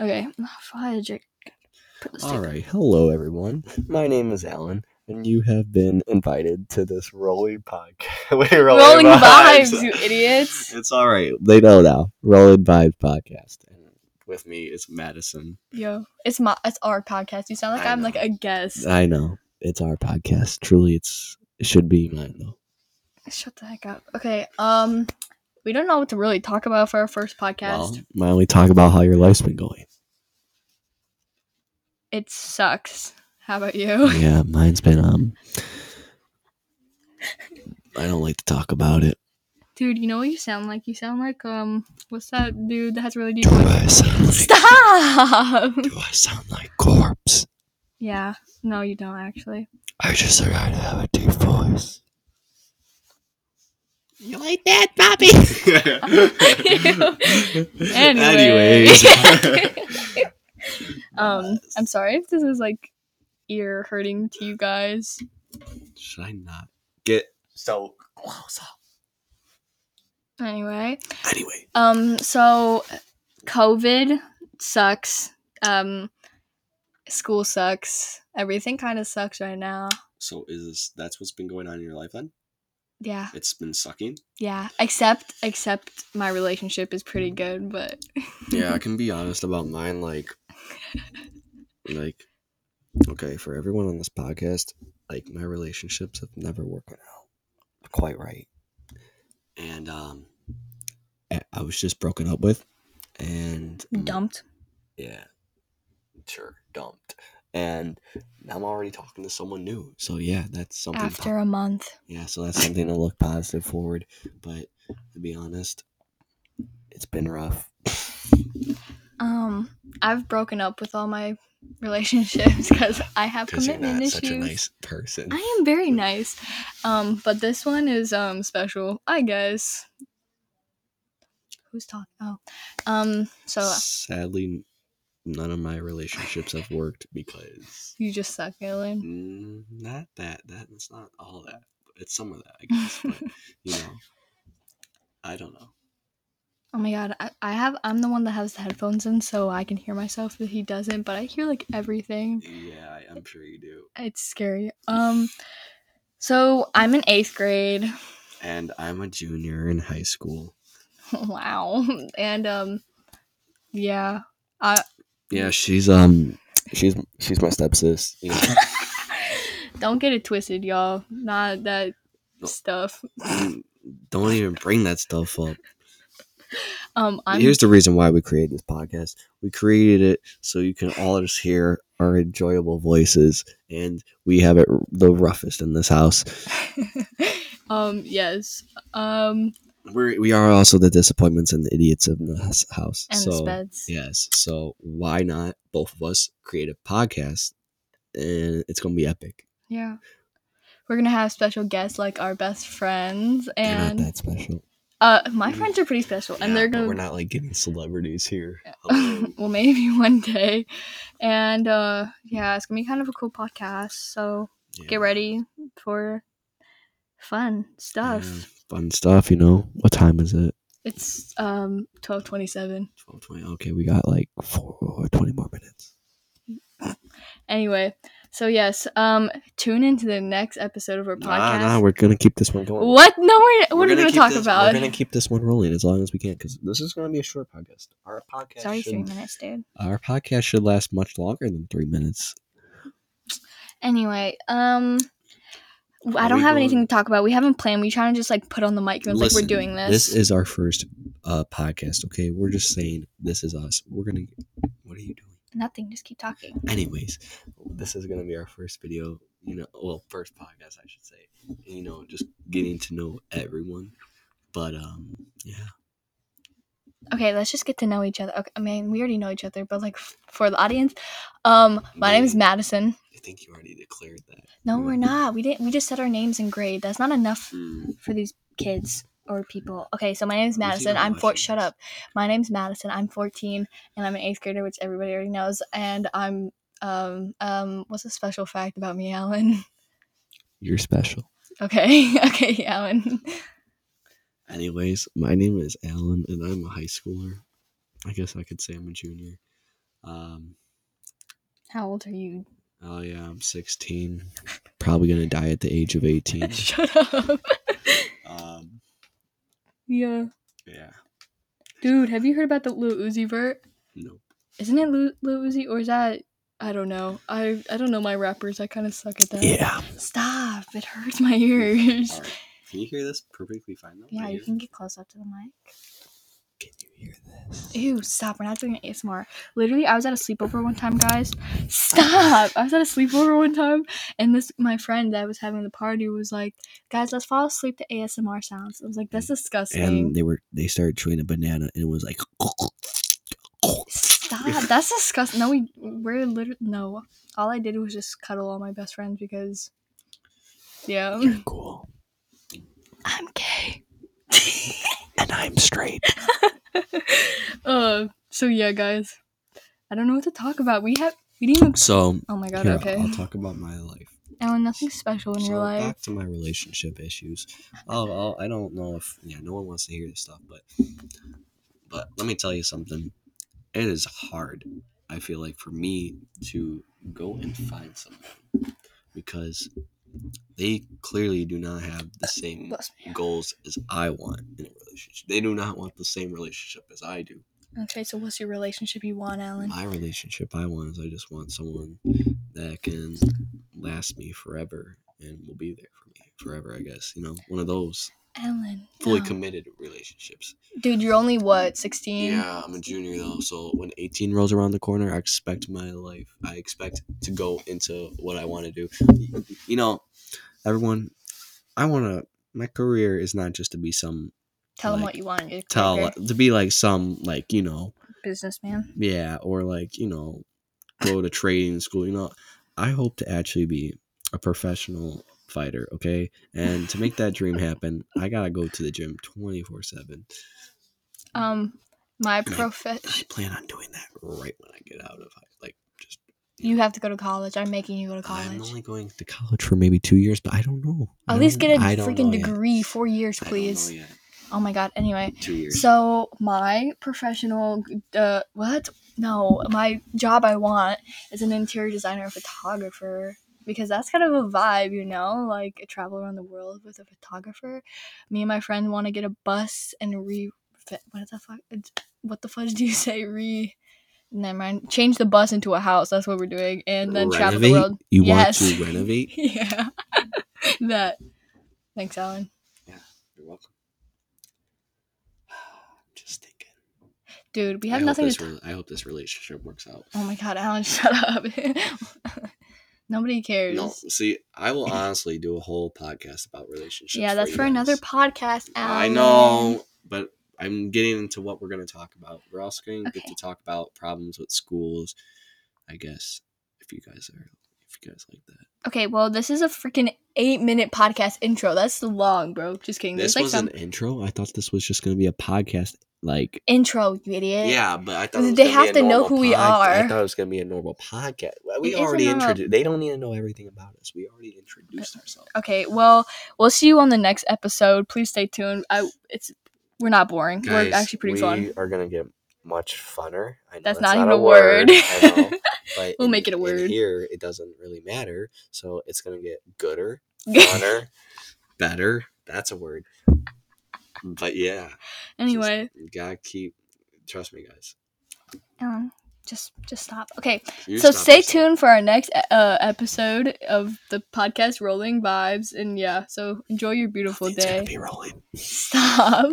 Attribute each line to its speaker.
Speaker 1: Okay. Why did you put this
Speaker 2: All
Speaker 1: together?
Speaker 2: right. Hello, everyone. My name is Alan, and you have been invited to this rolling podcast. Wait, rolling,
Speaker 1: Rolling vibes, you idiots.
Speaker 2: It's all right. They know now. Rolling Vibes podcast. And with me is Madison.
Speaker 1: Yo, it's my it's our podcast. You sound like
Speaker 2: I
Speaker 1: I'm
Speaker 2: know.
Speaker 1: like a guest.
Speaker 2: I know it's our podcast. Truly, it's it should be mine though.
Speaker 1: Shut the heck up. Okay. Um, we don't know what to really talk about for our first podcast.
Speaker 2: Well, I only talk about how your life's been going.
Speaker 1: It sucks. How about you?
Speaker 2: yeah, mine's been um. I don't like to talk about it.
Speaker 1: Dude, you know what you sound like? You sound like um, what's that dude that has really deep
Speaker 2: Do
Speaker 1: voice?
Speaker 2: I sound like?
Speaker 1: Stop.
Speaker 2: Do I sound like corpse?
Speaker 1: yeah. No, you don't actually.
Speaker 2: I just learned how to have a deep voice. You like that, Bobby? Anyways.
Speaker 1: um, I'm sorry if this is like ear hurting to you guys.
Speaker 2: Should I not get so close up?
Speaker 1: Anyway,
Speaker 2: Anyway.
Speaker 1: um, so COVID sucks. Um, school sucks. Everything kind of sucks right now.
Speaker 2: So is this that's what's been going on in your life then?
Speaker 1: Yeah,
Speaker 2: It's been sucking.
Speaker 1: yeah. Except, except my relationship is pretty good, but
Speaker 2: Yeah, I can be honest about mine, like like okay, for everyone on this podcast, like my relationships have never worked out quite right. And um I- I was just broken up with and
Speaker 1: dumped.
Speaker 2: yeah sure dumped and now i'm already talking to someone new so yeah that's something
Speaker 1: After a month,
Speaker 2: yeah so that's something to look positive forward but to be honest it's been rough
Speaker 1: um, I've broken up with all my relationships because I have
Speaker 2: because you're
Speaker 1: commitment
Speaker 2: not
Speaker 1: issues.
Speaker 2: such a nice person
Speaker 1: I am very nice. Um, but this one is um special, I guess. Who's talking? Oh, um. So
Speaker 2: sadly none of my relationships have worked because
Speaker 1: you just suck, Ellen.
Speaker 2: mm, not that that's not all that it's some of that i guess but you know i don't know
Speaker 1: Oh my god, I, I have. I'm the one that has the headphones in, so I can hear myself. But he doesn't. But I hear like everything.
Speaker 2: yeah I- i'm sure you do
Speaker 1: It's scary. Um. So I'm in eighth grade.
Speaker 2: and i'm a junior in high school
Speaker 1: wow. And um, yeah. I
Speaker 2: Yeah, she's um, she's she's my stepsis.
Speaker 1: don't get it twisted, y'all. Not that stuff.
Speaker 2: Don't even bring that stuff up.
Speaker 1: Um. I'm
Speaker 2: Here's the reason why we created this podcast. We created it so you can all just hear our enjoyable voices, and we have it r- the roughest in this house.
Speaker 1: um yes um
Speaker 2: We're we are also the disappointments and the idiots in this house.
Speaker 1: and the
Speaker 2: so
Speaker 1: speds
Speaker 2: yes, so why not both of us create a podcast, and it's gonna be epic.
Speaker 1: yeah we're gonna have special guests like our best friends
Speaker 2: We're not
Speaker 1: and
Speaker 2: that special,
Speaker 1: uh my friends are pretty special
Speaker 2: Yeah,
Speaker 1: and they're
Speaker 2: but
Speaker 1: gonna
Speaker 2: We're not like getting celebrities here. Um, Hello.
Speaker 1: well maybe one day and uh yeah it's gonna be kind of a cool podcast so
Speaker 2: Yeah.
Speaker 1: get ready for fun stuff
Speaker 2: Yeah, fun stuff, you know. What time is it?
Speaker 1: it's um 1227
Speaker 2: Twelve twenty. Okay, we got like four or twenty more minutes.
Speaker 1: anyway so yes um tune into the next episode of our
Speaker 2: Nah,
Speaker 1: podcast
Speaker 2: nah, we're gonna keep this one going.
Speaker 1: what no we're,
Speaker 2: We're
Speaker 1: what are we gonna
Speaker 2: keep
Speaker 1: talk
Speaker 2: this-
Speaker 1: about
Speaker 2: We're gonna keep this one rolling as long as we can because this is gonna be a short podcast. Our podcast,
Speaker 1: Sorry, three
Speaker 2: should,
Speaker 1: minutes, dude.
Speaker 2: our podcast should last much longer than three minutes.
Speaker 1: Anyway, um, w- I
Speaker 2: Are
Speaker 1: don't
Speaker 2: we
Speaker 1: have
Speaker 2: going-
Speaker 1: anything to talk about. We haven't planned. We trying to just like put on the microphones like
Speaker 2: Listen,
Speaker 1: we're doing this.
Speaker 2: This is our first uh, podcast. Okay, we're just saying this is us. We're gonna. What are you doing?
Speaker 1: Nothing. Just keep talking.
Speaker 2: anyways this is gonna be our first video you know well first podcast i should say you know just getting to know everyone but um yeah
Speaker 1: Okay, let's just get to know each other. Okay, I mean, we already know each other, but like f- for the audience, um, my name is
Speaker 2: Yeah.
Speaker 1: Madison.
Speaker 2: i think you already declared that
Speaker 1: No,
Speaker 2: Yeah.
Speaker 1: we're not. We didn't. We just said our names in grade. That's not enough
Speaker 2: Mm,
Speaker 1: for these kids or people. Okay, so my name is
Speaker 2: Who's
Speaker 1: Madison.
Speaker 2: even
Speaker 1: I'm four.
Speaker 2: watching
Speaker 1: Shut
Speaker 2: this?
Speaker 1: up. My name's Madison. I'm 14, and I'm an eighth grader, which everybody already knows. And I'm um um. What's a special fact about me, Alan?
Speaker 2: you're special
Speaker 1: Okay, okay, Alan.
Speaker 2: anyways my name is alan and i'm a high schooler i guess i could say i'm a junior Um,
Speaker 1: How old are you?
Speaker 2: oh yeah, I'm 16. Probably gonna die at the age of 18.
Speaker 1: Shut up.
Speaker 2: Um,
Speaker 1: yeah.
Speaker 2: yeah.
Speaker 1: Dude, have you heard about the Lil Uzi Vert?
Speaker 2: Nope.
Speaker 1: Isn't it Lil, Lil Uzi or is that I don't know. I I don't know my rappers. I kind of suck at that.
Speaker 2: Yeah.
Speaker 1: Stop. It hurts my ears.
Speaker 2: Alright. Can you hear this perfectly fine though?
Speaker 1: Yeah,
Speaker 2: Right
Speaker 1: you
Speaker 2: here?
Speaker 1: can get close up to the mic.
Speaker 2: Can you hear this?
Speaker 1: Ew, stop. We're not doing ASMR. Literally, I was at a sleepover one time, guys. Stop. I was at a sleepover one time, and this my friend that was having the party was like, guys, let's fall asleep to ASMR sounds. I was like, that's disgusting.
Speaker 2: And they were they started chewing a banana and it was like
Speaker 1: Oh. Stop. That's disgusting. No, we we're literally no. All I did was just cuddle all my best friends because, yeah,
Speaker 2: You're cool.
Speaker 1: I'm gay.
Speaker 2: And I'm straight.
Speaker 1: uh, so yeah, guys, I don't know what to talk about. We have we didn't. Even,
Speaker 2: So
Speaker 1: oh my god.
Speaker 2: here, I'll-
Speaker 1: okay,
Speaker 2: I'll talk about my life.
Speaker 1: Alan, nothing special in
Speaker 2: so
Speaker 1: your life.
Speaker 2: back to my relationship issues. Oh, oh, I don't know if yeah, no one wants to hear this stuff, but but let me tell you something. It is hard. I feel like for me to go and find someone because they clearly do not have the same
Speaker 1: Bless me.
Speaker 2: goals as I want in a relationship. They do not want the same relationship as I do.
Speaker 1: Okay, so what's your relationship you want, Alan?
Speaker 2: My relationship I want is I just want someone that can last me forever and will be there for me forever, I guess. You know, one of those
Speaker 1: Alan.
Speaker 2: fully
Speaker 1: no.
Speaker 2: committed relationships.
Speaker 1: Dude, you're only what, sixteen?
Speaker 2: Yeah, I'm a junior though, so when 18 rolls around the corner, I expect my life. I expect to go into what I want to do. You know, everyone, I want to. My career is not just to be some
Speaker 1: Tell him
Speaker 2: like,
Speaker 1: what you want. You're
Speaker 2: tell
Speaker 1: clever.
Speaker 2: to be like some like you know
Speaker 1: businessman.
Speaker 2: yeah or like you know go to trading school. You know, I hope to actually be a professional fighter. Okay, and to make that dream happen, I gotta go to the gym 24 seven.
Speaker 1: Um, my
Speaker 2: I-
Speaker 1: profession.
Speaker 2: I plan on doing that right when I get out of high, like just.
Speaker 1: You have to go to college. I'm making you go to
Speaker 2: I'm
Speaker 1: college.
Speaker 2: only going to college for maybe two years, but I don't know. I
Speaker 1: At least
Speaker 2: don't-
Speaker 1: get a
Speaker 2: I don't
Speaker 1: freaking
Speaker 2: know yet.
Speaker 1: degree. Four years,
Speaker 2: I don't know
Speaker 1: please.
Speaker 2: yet.
Speaker 1: Oh my god. Anyway,
Speaker 2: Two years.
Speaker 1: so my professional, uh, what? No, my job I want is an interior designer and photographer because that's kind of a vibe, you know, like a travel around the world with a photographer. Me and my friend want to get a bus and re. What the fuck? it's- What the fudge do you say? Re. Never mind. Change the bus into a house. That's what we're doing, and then travel the
Speaker 2: Renovate?
Speaker 1: world.
Speaker 2: You
Speaker 1: Yes.
Speaker 2: want to renovate?
Speaker 1: yeah. that. Thanks, Alan.
Speaker 2: You're welcome. I'm Just thinking.
Speaker 1: Dude, we
Speaker 2: I
Speaker 1: have
Speaker 2: hope
Speaker 1: nothing to
Speaker 2: this re- I hope this relationship works out.
Speaker 1: Oh my god, Alan, shut up. Nobody cares.
Speaker 2: No, see, I will honestly do a whole podcast about relationships.
Speaker 1: yeah, that's
Speaker 2: you
Speaker 1: for another
Speaker 2: guys.
Speaker 1: podcast, Alan.
Speaker 2: I know, but I'm getting into what we're going to talk about. We're also going to get
Speaker 1: Okay.
Speaker 2: to talk about problems with schools, I guess, if you guys are, if you guys like that.
Speaker 1: Okay, well, this is a freaking eight minute podcast intro. That's long, bro. Just kidding.
Speaker 2: This
Speaker 1: There's like
Speaker 2: was
Speaker 1: some
Speaker 2: an intro. I thought this was just going to be a podcast, like.
Speaker 1: intro, you idiot.
Speaker 2: Yeah, but I thought it was
Speaker 1: They
Speaker 2: gonna
Speaker 1: have
Speaker 2: be a
Speaker 1: to know
Speaker 2: normal
Speaker 1: who we
Speaker 2: pod- I
Speaker 1: are.
Speaker 2: thought it was gonna be a normal podcast. Well,
Speaker 1: It is
Speaker 2: We
Speaker 1: a
Speaker 2: already
Speaker 1: normal-
Speaker 2: introduced. They don't need to know everything about us. We already introduced ourselves.
Speaker 1: Okay, well, we'll see you on the next episode. Please stay tuned. I it's we're not boring. we're actually pretty
Speaker 2: we
Speaker 1: fun.
Speaker 2: are gonna get much funner. I know
Speaker 1: That's not even a word.
Speaker 2: I know, but
Speaker 1: We'll
Speaker 2: in-
Speaker 1: make it a
Speaker 2: in
Speaker 1: word.
Speaker 2: here, it doesn't really matter. So it's gonna get gooder, funner, better. That's a word. But yeah,
Speaker 1: anyway,
Speaker 2: you gotta keep. Trust me, guys.
Speaker 1: Alan, just just stop. Okay.
Speaker 2: You
Speaker 1: so
Speaker 2: stop
Speaker 1: stay
Speaker 2: yourself.
Speaker 1: tuned for our next uh, episode of the podcast rolling vibes and yeah so enjoy your beautiful
Speaker 2: It's gonna
Speaker 1: day
Speaker 2: be rolling.
Speaker 1: stop